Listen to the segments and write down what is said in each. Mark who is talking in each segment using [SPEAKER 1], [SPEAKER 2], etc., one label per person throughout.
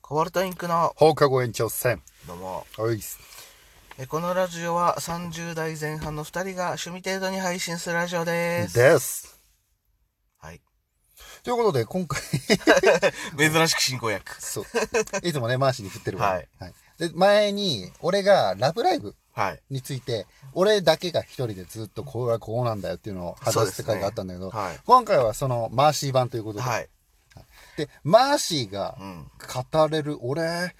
[SPEAKER 1] コバルトインクの
[SPEAKER 2] 放課後延長戦。
[SPEAKER 1] どうも
[SPEAKER 2] おいっす。
[SPEAKER 1] えこのラジオは30代前半の2人が趣味程度に配信するラジオです
[SPEAKER 2] です。
[SPEAKER 1] はい
[SPEAKER 2] ということで、今回、
[SPEAKER 1] 珍しく進行役
[SPEAKER 2] そう。いつもね、マーシーに振ってるわ。
[SPEAKER 1] はい。
[SPEAKER 2] で、前に、俺がラブライブ
[SPEAKER 1] はい
[SPEAKER 2] について、俺だけが一人でずっとこれはこうなんだよっていうのを話す世界があったんだけど、
[SPEAKER 1] はい
[SPEAKER 2] 今回はそのマーシー版ということで、
[SPEAKER 1] はい
[SPEAKER 2] で、マーシーが
[SPEAKER 1] うん
[SPEAKER 2] 語れる、俺、え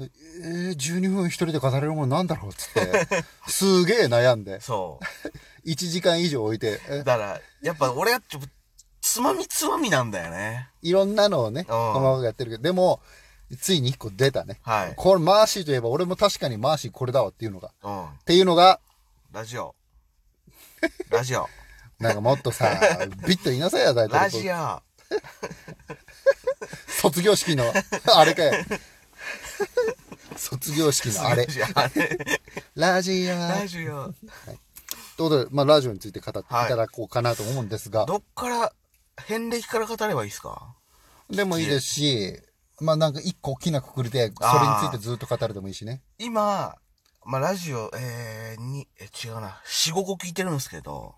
[SPEAKER 2] ー、12分一人で語れるものなんだろうっつ って、すげえ悩んで、
[SPEAKER 1] そ
[SPEAKER 2] 1時間以上置いて、え
[SPEAKER 1] うだからやっぱ俺はちょっとつまみつまみなんだよね
[SPEAKER 2] いろんなのをね、
[SPEAKER 1] ん
[SPEAKER 2] 細かくやってるけど、でも、ついに一個出たね。
[SPEAKER 1] はい
[SPEAKER 2] これ、マーシーといえば、俺も確かにマーシーこれだわっていうのが。っ
[SPEAKER 1] うん
[SPEAKER 2] ていうのが、
[SPEAKER 1] ラジオラジ オ
[SPEAKER 2] なんかもっと さ、ビッと言いなさいよ、大
[SPEAKER 1] ラ
[SPEAKER 2] 体。
[SPEAKER 1] ジオ
[SPEAKER 2] 卒業式の、 あれかよ。卒業式のあれ。
[SPEAKER 1] あれ
[SPEAKER 2] ラジオ。
[SPEAKER 1] ラジオ
[SPEAKER 2] ということで、まあ、ラジオについて語っていただこうかなと思うんですが、
[SPEAKER 1] どっから遍歴から語ればいいですか
[SPEAKER 2] でもいいですし、まあ、なんか一個大きなくくりで、それについてずっと語るでもいいしね。
[SPEAKER 1] 今、まあ、ラジオ、えー、に、え、違うな、4、5個聞いてるんですけど、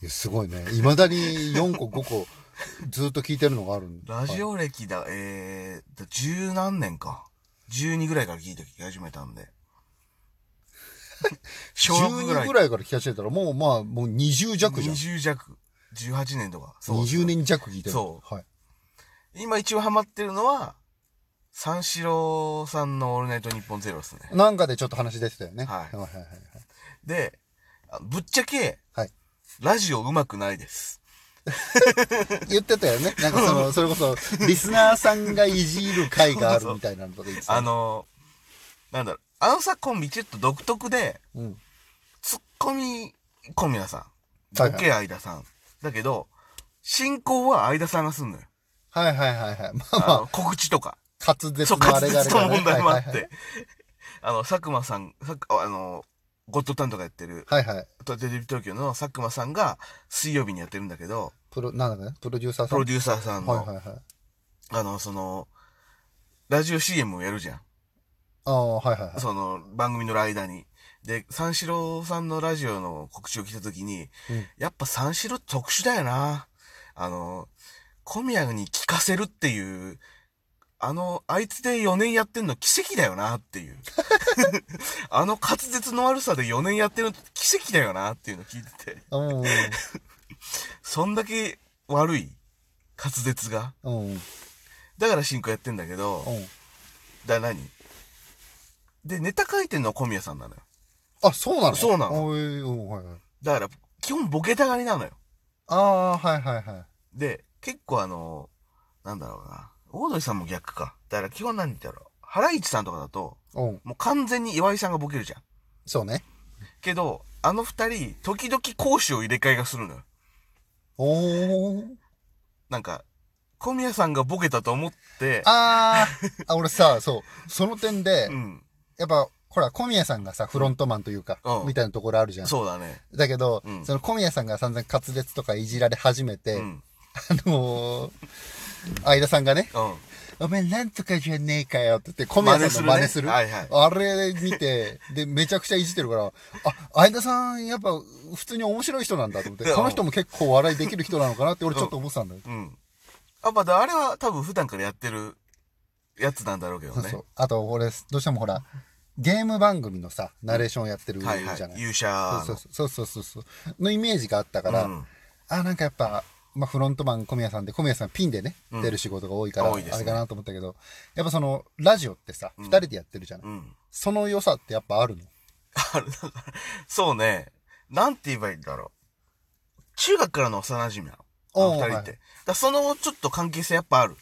[SPEAKER 2] いや、すごいね。未だに4個、5個、ずっと聞いてるのがあるん
[SPEAKER 1] ラジ
[SPEAKER 2] オ
[SPEAKER 1] オ歴だ、えー、だ十何年か。12ぐらいから聞いて聞き始めたん で。小学ぐら
[SPEAKER 2] ?12
[SPEAKER 1] い。
[SPEAKER 2] ぐらいから聞かせてたら、もうまあ、もう20弱じゃん。
[SPEAKER 1] 20弱。18年とか。そう
[SPEAKER 2] 20年弱聞いてる。。
[SPEAKER 1] そう
[SPEAKER 2] はい。
[SPEAKER 1] 今一応ハマってるのは、三四郎さんのオールナイトニッポンゼロですね。
[SPEAKER 2] なんかでちょっと話出てたよね。
[SPEAKER 1] はい
[SPEAKER 2] はいはいはいはい。
[SPEAKER 1] で、あぶっちゃけ、
[SPEAKER 2] はい
[SPEAKER 1] ラジオ上手くないです。
[SPEAKER 2] 言ってたよ ね。なんかその、それこそ、リスナーさんがいじる回があるみたいなのとか言ってた。
[SPEAKER 1] あのー、なんだろう、あのさコンビちょっと独特で、
[SPEAKER 2] うん。
[SPEAKER 1] ツッコミ小宮さん。
[SPEAKER 2] はいはい
[SPEAKER 1] ボケ相田さん。だけど、進行は相田さんがすんのよ。
[SPEAKER 2] はいはいはいはい。 まあま
[SPEAKER 1] あ
[SPEAKER 2] あ、
[SPEAKER 1] の告知とか。
[SPEAKER 2] 滑舌
[SPEAKER 1] そう、
[SPEAKER 2] のあ
[SPEAKER 1] 滑
[SPEAKER 2] れがあれ
[SPEAKER 1] 舌の
[SPEAKER 2] がね
[SPEAKER 1] 問題もあ
[SPEAKER 2] は
[SPEAKER 1] っ
[SPEAKER 2] いはい
[SPEAKER 1] て。 あの、佐久間さん、さくあの、ゴッドタンとかやってる、
[SPEAKER 2] はいはいはい。
[SPEAKER 1] テレビ東京の佐久間さんが水曜日にやってるんだけど、
[SPEAKER 2] プロ、なんだかね、プロデューサー
[SPEAKER 1] プ
[SPEAKER 2] さん。
[SPEAKER 1] ロデューサーさんの、
[SPEAKER 2] はいはいはい。
[SPEAKER 1] あの、その、ラジオ CM をやるじゃん。
[SPEAKER 2] ああ、はいはいはい。
[SPEAKER 1] その、番組の間に。で、三四郎さんのラジオの告知を聞いたときに、
[SPEAKER 2] うん
[SPEAKER 1] やっぱ三四郎特殊だよな。あの、小宮に聞かせるっていう、あの、あいつで4年やってんの奇跡だよなって いう。あの滑舌の悪さで4年やってるの奇跡だよなっていうの聞いてて、
[SPEAKER 2] うん
[SPEAKER 1] そんだけ悪い滑舌が。
[SPEAKER 2] うん。うん。
[SPEAKER 1] だから進行やってんだけど、
[SPEAKER 2] うん。
[SPEAKER 1] だから何で、ネタ書いてんのは小宮さんなのよ。
[SPEAKER 2] あ、そうなの
[SPEAKER 1] そうなの
[SPEAKER 2] おいうん、はいはい。
[SPEAKER 1] だから、基本ボケたがりなのよ。
[SPEAKER 2] ああ、はいはいはい。
[SPEAKER 1] で、結構あの、なんだろうな。オードリーさんも逆か。だから基本何だろう。ハライチさんとかだと、
[SPEAKER 2] うん。
[SPEAKER 1] もう完全に岩井さんがボケるじゃん。
[SPEAKER 2] そうね。
[SPEAKER 1] けど、あの二人、時々講師を入れ替えがするのよ。
[SPEAKER 2] おー。
[SPEAKER 1] なんか、小宮さんがボケたと思って、
[SPEAKER 2] あー。あ、俺さ、そう。その点で、
[SPEAKER 1] うん。
[SPEAKER 2] やっぱ、ほら、小宮さんがさ、フロントマンというか、
[SPEAKER 1] うん
[SPEAKER 2] みたいなところあるじゃん。
[SPEAKER 1] そうだね。
[SPEAKER 2] だけど、
[SPEAKER 1] うん
[SPEAKER 2] その小宮さんが散々滑舌とかいじられ始めて、
[SPEAKER 1] うん。うん。
[SPEAKER 2] あのー、相田さんがね、お前なんとかじゃねえかよって言って、小宮さんの真似す
[SPEAKER 1] 真似す
[SPEAKER 2] る。
[SPEAKER 1] るねはい
[SPEAKER 2] あれ見て、で、めちゃくちゃいじってるから、あ、相田さん、やっぱ、普通に面白い人なんだと思って、
[SPEAKER 1] うん
[SPEAKER 2] この人も結構笑いできる人なのかなって俺ちょっと思ってたんだよ。
[SPEAKER 1] うん。あ、まあ、だからあれは多分普段からやってるやつなんだろうけど
[SPEAKER 2] そう
[SPEAKER 1] ね。
[SPEAKER 2] そう。あと、俺、どうしてもほら、ゲーム番組のさ、ナレーションやってるじゃな。
[SPEAKER 1] はいいはい。勇者の。
[SPEAKER 2] そうそうそうそうそうそう。のイメージがあったから、
[SPEAKER 1] うん
[SPEAKER 2] あ、なんかやっぱ、まあ、フロントマン小宮さんで、小宮さんピンでね、
[SPEAKER 1] うん
[SPEAKER 2] 出る仕事が多いから、
[SPEAKER 1] 多いですね
[SPEAKER 2] あれかなと思ったけど、やっぱその、ラジオってさ、二、人でやってるじゃない、
[SPEAKER 1] うん。
[SPEAKER 2] その良さってやっぱあるの
[SPEAKER 1] あるだからそうね。なんて言えばいいんだろう。中学からの幼馴染なの。あの
[SPEAKER 2] おー
[SPEAKER 1] 二人って。だ
[SPEAKER 2] は
[SPEAKER 1] からそのちょっと関係性やっぱある。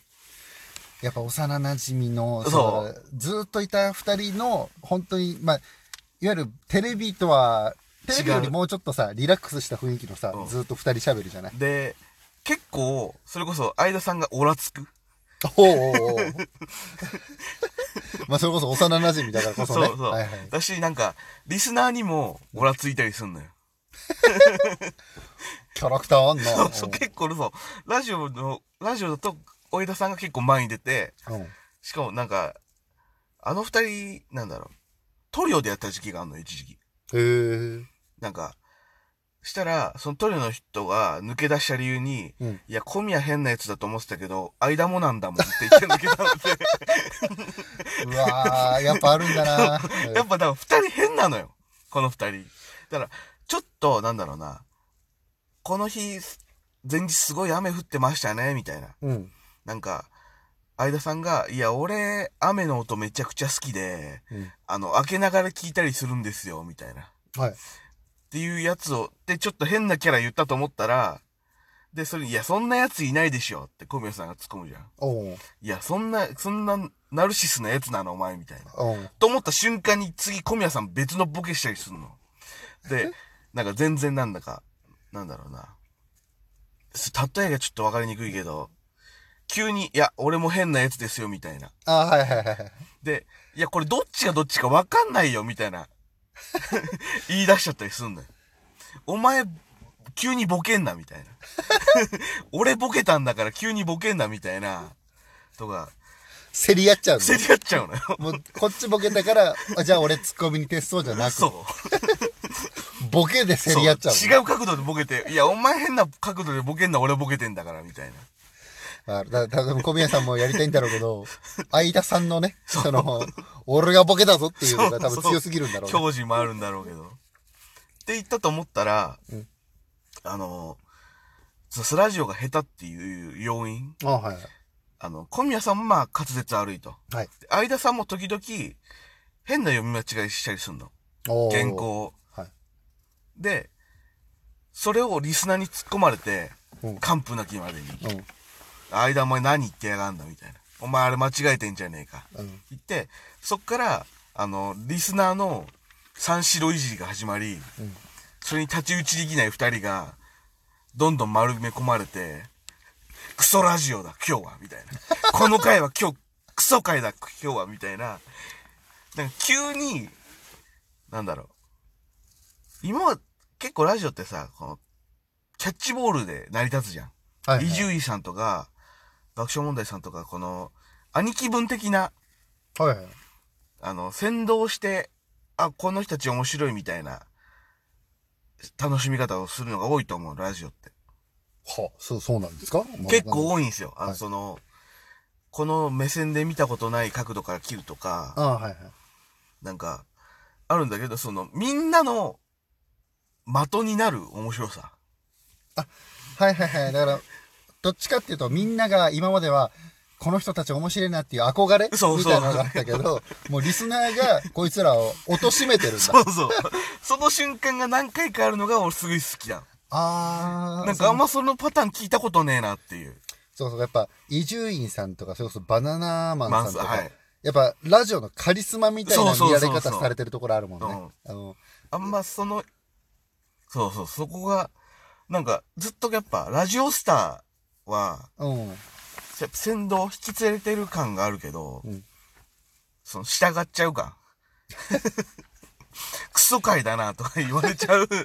[SPEAKER 2] やっぱ幼馴染の、
[SPEAKER 1] そう
[SPEAKER 2] だからずっといた二人の、本当に、まあ、いわゆるテレビとは、テレビよりもうちょっとさ、リラックスした雰囲気のさ、
[SPEAKER 1] うん
[SPEAKER 2] ずっと二人喋るじゃない
[SPEAKER 1] で、結構、それこそ、相田さんがオラつく。
[SPEAKER 2] おうおうおう まあ、それこそ幼馴染だからこそね。
[SPEAKER 1] そうそう。
[SPEAKER 2] はいはい。
[SPEAKER 1] だし、なんか、リスナーにもオラついたりすんのよ。
[SPEAKER 2] キャラクターあん な。
[SPEAKER 1] そうそう、結構そう。ラジオの、ラジオだと、相田さんが結構前に出て、
[SPEAKER 2] うんうん
[SPEAKER 1] しかもなんか、あの二人、なんだろう、トリオでやった時期があるの、一時期。
[SPEAKER 2] へえ。
[SPEAKER 1] なんか、したら、そのトリオの人が抜け出した理由に、
[SPEAKER 2] うん
[SPEAKER 1] いや、小宮変なやつだと思ってたけど、間もなんだもんって言って抜けたので、
[SPEAKER 2] うわー、やっぱあるんだな。
[SPEAKER 1] やっぱだから二人変なのよ。この二人。だから、ちょっと、なんだろうな、この日、前日すごい雨降ってましたね、みたいな。
[SPEAKER 2] うん。
[SPEAKER 1] なんか、相田さんが、いや、俺、雨の音めちゃくちゃ好きで、
[SPEAKER 2] うん
[SPEAKER 1] あの、開けながら聞いたりするんですよ、みたいな。
[SPEAKER 2] はい。
[SPEAKER 1] っていうやつを、で、ちょっと変なキャラ言ったと思ったら、で、それに、いや、そんなやついないでしょって小宮さんが突っ込むじゃん。
[SPEAKER 2] おお
[SPEAKER 1] いや、そんな、そんな、ナルシスなやつなの、お前、みたいな。
[SPEAKER 2] おう
[SPEAKER 1] と思った瞬間に次小宮さん別のボケしたりするの。で、なんか全然なんだか、なんだろうな。す例えがちょっとわかりにくいけど、急に、いや、俺も変なやつですよ、みたいな。
[SPEAKER 2] あはいはいはいはい。
[SPEAKER 1] で、いや、これどっちがどっちかわかんないよ、みたいな。 言い出しちゃったりすんのよ。お前、急にボケんな、みたいな。 俺ボケたんだから急にボケんな、みたいな。とか、
[SPEAKER 2] 競り合っちゃう
[SPEAKER 1] 競り合っちゃ うのよ。
[SPEAKER 2] の。もう、こっちボケたから、あじゃあ俺ツッコミに徹そうじゃなく
[SPEAKER 1] そう。、
[SPEAKER 2] ボケで競り合っちゃうの。
[SPEAKER 1] そう違う角度でボケて、いや、お前変な角度でボケんな、俺ボケてんだから、みたいな。
[SPEAKER 2] あだだ小宮さんもやりたいんだろうけ ど、相田さんのね、その、俺がボケだぞっていうのが多分強すぎるんだろうね。
[SPEAKER 1] 矜持もあるんだろうけど。って言ったと思ったら、
[SPEAKER 2] うん
[SPEAKER 1] あの、そスラジオが下手っていう要因、
[SPEAKER 2] あはい。
[SPEAKER 1] あの、小宮さんもまあ滑舌悪いと。
[SPEAKER 2] はい。
[SPEAKER 1] で相田さんも時々、変な読み間違いしたりするの。
[SPEAKER 2] おー
[SPEAKER 1] 原稿を。
[SPEAKER 2] はい。
[SPEAKER 1] で、それをリスナーに突っ込まれて、
[SPEAKER 2] うん
[SPEAKER 1] 完膚なきまでに。
[SPEAKER 2] うん。
[SPEAKER 1] 間お前何言ってやがんだみたいな。お前あれ間違えてんじゃねえか。
[SPEAKER 2] うん。
[SPEAKER 1] 言って、そっから、あの、リスナーの三四郎いじりが始まり、
[SPEAKER 2] ん
[SPEAKER 1] それに太刀打ちできない二人が、どんどん丸め込まれて、クソラジオだ、今日は、みたいな。この回は今日、クソ回だ、今日は、みたいな。なんか急に、なんだろう。今は、結構ラジオってさ、この、キャッチボールで成り立つじゃん。
[SPEAKER 2] はい、はい。
[SPEAKER 1] 伊集院さんとか、爆笑問題さんとか、この、兄貴分的な、
[SPEAKER 2] はいはい。
[SPEAKER 1] あの、先導して、あ、この人たち面白いみたいな、楽しみ方をするのが多いと思う、ラジオって。
[SPEAKER 2] はそう、そうなんですか
[SPEAKER 1] 結構。多いんですよ。あの、
[SPEAKER 2] はい
[SPEAKER 1] その、この目線で見たことない角度から切るとか、
[SPEAKER 2] あはいはい。
[SPEAKER 1] なんか、あるんだけど、その、みんなの、的になる面白さ。
[SPEAKER 2] はいはいはい。だから、どっちかっていうと、みんなが今までは、この人たち面白いなっていう憧れ
[SPEAKER 1] そうそう
[SPEAKER 2] みたいなのがあった けど、もうリスナーがこいつらを貶めてるんだ。
[SPEAKER 1] そうそう。 その瞬間が何回かあるのが俺すごい好きだ。
[SPEAKER 2] あー。
[SPEAKER 1] なんかあんまそのパターン聞いたことねえなっていう。
[SPEAKER 2] そうそう、やっぱ、伊集院さんとか、それこそバナナマンさんとか、
[SPEAKER 1] マンさんはい
[SPEAKER 2] やっぱ、ラジオのカリスマみたいな
[SPEAKER 1] そうそう
[SPEAKER 2] 見
[SPEAKER 1] そう
[SPEAKER 2] ら
[SPEAKER 1] そ
[SPEAKER 2] れ
[SPEAKER 1] う
[SPEAKER 2] 方されてるところあるもんね。あの、
[SPEAKER 1] あんまその、そうそう、そこが、なんか、ずっとやっぱ、ラジオスターは、
[SPEAKER 2] うん。
[SPEAKER 1] やっぱ先導を引き連れてる感があるけど、
[SPEAKER 2] うん
[SPEAKER 1] その、従っちゃう感。 クソ回だな、とか言われちゃう。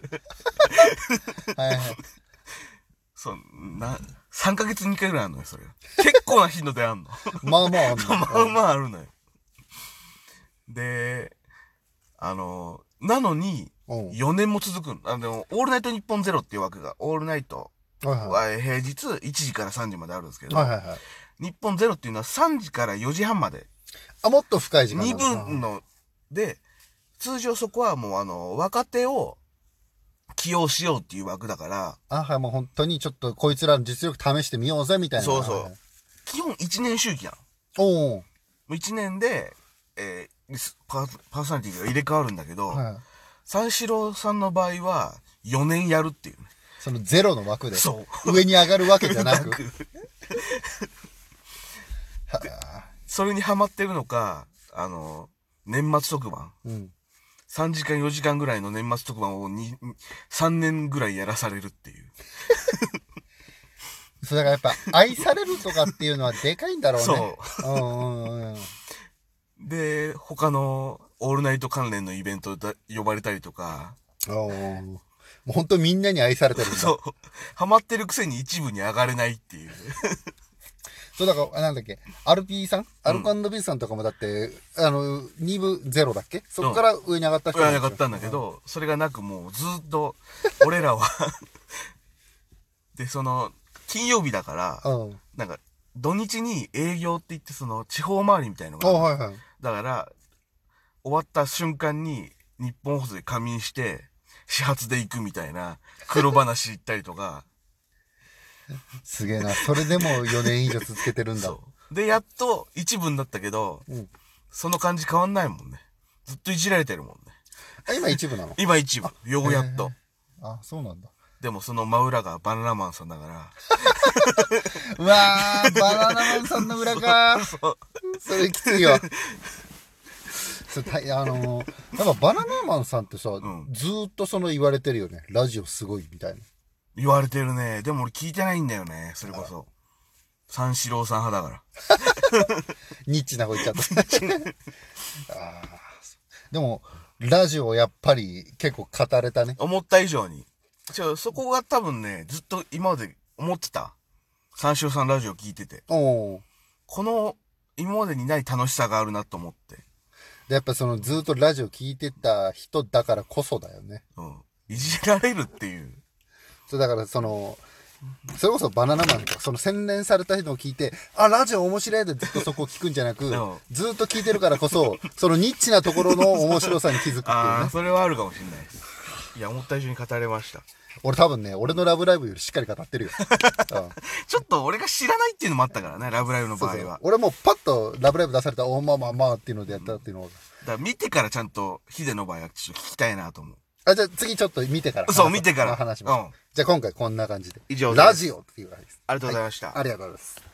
[SPEAKER 2] はいはい。
[SPEAKER 1] そう、な、3ヶ月に1回ぐらいあるのよ、それが。結構な頻度であんの。
[SPEAKER 2] まあまああんの、
[SPEAKER 1] まあまああるのよ。で、あの、なのに、
[SPEAKER 2] うん。はい
[SPEAKER 1] 4年も続くの。あの、オールナイト日本ゼロっていう枠が、オールナイト
[SPEAKER 2] は
[SPEAKER 1] は平日1時から3時まであるんですけ
[SPEAKER 2] い。
[SPEAKER 1] ど、
[SPEAKER 2] はいはいはい。
[SPEAKER 1] 日本ゼロっていうのは3時から4時半まで、
[SPEAKER 2] あ、もっと深い時間
[SPEAKER 1] 2
[SPEAKER 2] なんだ
[SPEAKER 1] 分の、で、通常そこはもうあの、若手を起用しようっていう枠だから、
[SPEAKER 2] あ、はい、もう本当にちょっとこいつらの実力試してみようぜ、みたいな。
[SPEAKER 1] そうそう
[SPEAKER 2] はいはい
[SPEAKER 1] 基本1年周期なの。
[SPEAKER 2] おお。
[SPEAKER 1] 1年で、えーリスパーパーソナリティが入れ替わるんだけど、
[SPEAKER 2] はい。
[SPEAKER 1] 三四郎さんの場合は4年やるっていうね。
[SPEAKER 2] そのゼロの枠で。。
[SPEAKER 1] そう
[SPEAKER 2] 上に上がるわけじゃな く。は
[SPEAKER 1] それにハマってるのか、あの、年末特番。
[SPEAKER 2] いうん。
[SPEAKER 1] 3時間4時間ぐらいの年末特番をに3年ぐらいやらされるっていう。
[SPEAKER 2] それがやっぱ愛されるとかっていうのはでかいんだろうね。。
[SPEAKER 1] そう
[SPEAKER 2] うんうんうん。
[SPEAKER 1] で、他のオールナイト関連のイベントだ呼ばれたりとか、
[SPEAKER 2] おーもう本当みんなに愛されてるんだ。
[SPEAKER 1] そう、ハマってるくせに一部に上がれないっていう。
[SPEAKER 2] そうだから、なんだっけ、アルピーさんアルコビーさんとかもだって、あの、2部ゼロだっけそこから上に上がった人
[SPEAKER 1] 上
[SPEAKER 2] なん
[SPEAKER 1] 上
[SPEAKER 2] です
[SPEAKER 1] が
[SPEAKER 2] よ
[SPEAKER 1] ったんだけ。ど、それがなくもうずっと、俺らは、で、その、金曜日だから、
[SPEAKER 2] うん。あ
[SPEAKER 1] なんか、土日に営業って言って、その、地方回りみたいのがあるの、
[SPEAKER 2] はいはい。
[SPEAKER 1] だから、終わった瞬間に、日本放送で仮眠して、始発で行くみたいな、黒話行ったりとか、
[SPEAKER 2] すげえな。それでも4年以上続けてるんだ。
[SPEAKER 1] そう。で、やっと一部になったけど、
[SPEAKER 2] うん
[SPEAKER 1] その感じ変わんないもんね。ずっといじられてるもんね。
[SPEAKER 2] あ今一部なの
[SPEAKER 1] 今一部。ようやっと。
[SPEAKER 2] あ、そうなんだ。
[SPEAKER 1] でもその真裏がバナナマンさんだから。
[SPEAKER 2] うわ ー、バナナマンさんの裏か。
[SPEAKER 1] そう。
[SPEAKER 2] それきついわ。それ大あのー、やっぱバナナマンさんってさ、
[SPEAKER 1] ん
[SPEAKER 2] ずーっとその言われてるよね。ラジオすごいみたいな。
[SPEAKER 1] 言われてるね。でも俺聞いてないんだよね。それこそ。三四郎さん派だから。
[SPEAKER 2] ニッチな方言っちゃ った。あーそうでも、ラジオやっぱり結構語れたね。
[SPEAKER 1] 思った以上に。ちょ、そこが多分ね、ずっと今まで思ってた。三四郎さんラジオ聞いてて。
[SPEAKER 2] おお。
[SPEAKER 1] この、今までにない楽しさがあるなと思って。
[SPEAKER 2] で、やっぱそのずーっとラジオ聞いてた人だからこそだよね。
[SPEAKER 1] うん。いじられるっていう。
[SPEAKER 2] そうだからその、それこそバナナマンとか、その洗練された人を聞いて、あ、ラジオ面白いでずっとそこを聞くんじゃなく
[SPEAKER 1] うん、
[SPEAKER 2] ずっと聞いてるからこそ、 そのニッチなところの面白さに気づくっていう
[SPEAKER 1] ああ、
[SPEAKER 2] ね。
[SPEAKER 1] それはあるかもしれないです。いや、思った以上に語れました。
[SPEAKER 2] 俺多分ね、俺のラブライブよりしっかり語っ てるよ。うん
[SPEAKER 1] ちょっと俺が知らないっていうのもあったからね、ラブライブの
[SPEAKER 2] そ
[SPEAKER 1] 場
[SPEAKER 2] う
[SPEAKER 1] 合
[SPEAKER 2] そう
[SPEAKER 1] は。
[SPEAKER 2] 俺もうパッとラブライブ出されたら、おまあまあまあっていうのでやったっていうのが。
[SPEAKER 1] だから見てからちゃんと、ヒデの場合はちょっと聞きたいなと思う。
[SPEAKER 2] あ、じゃあ次ちょっと見てから話
[SPEAKER 1] そう見てから
[SPEAKER 2] 話します。
[SPEAKER 1] うん
[SPEAKER 2] じゃあ今回こんな感じで。
[SPEAKER 1] 以上です
[SPEAKER 2] ラジオっていう感じです。
[SPEAKER 1] ありがとうございました。
[SPEAKER 2] ありがとうございます。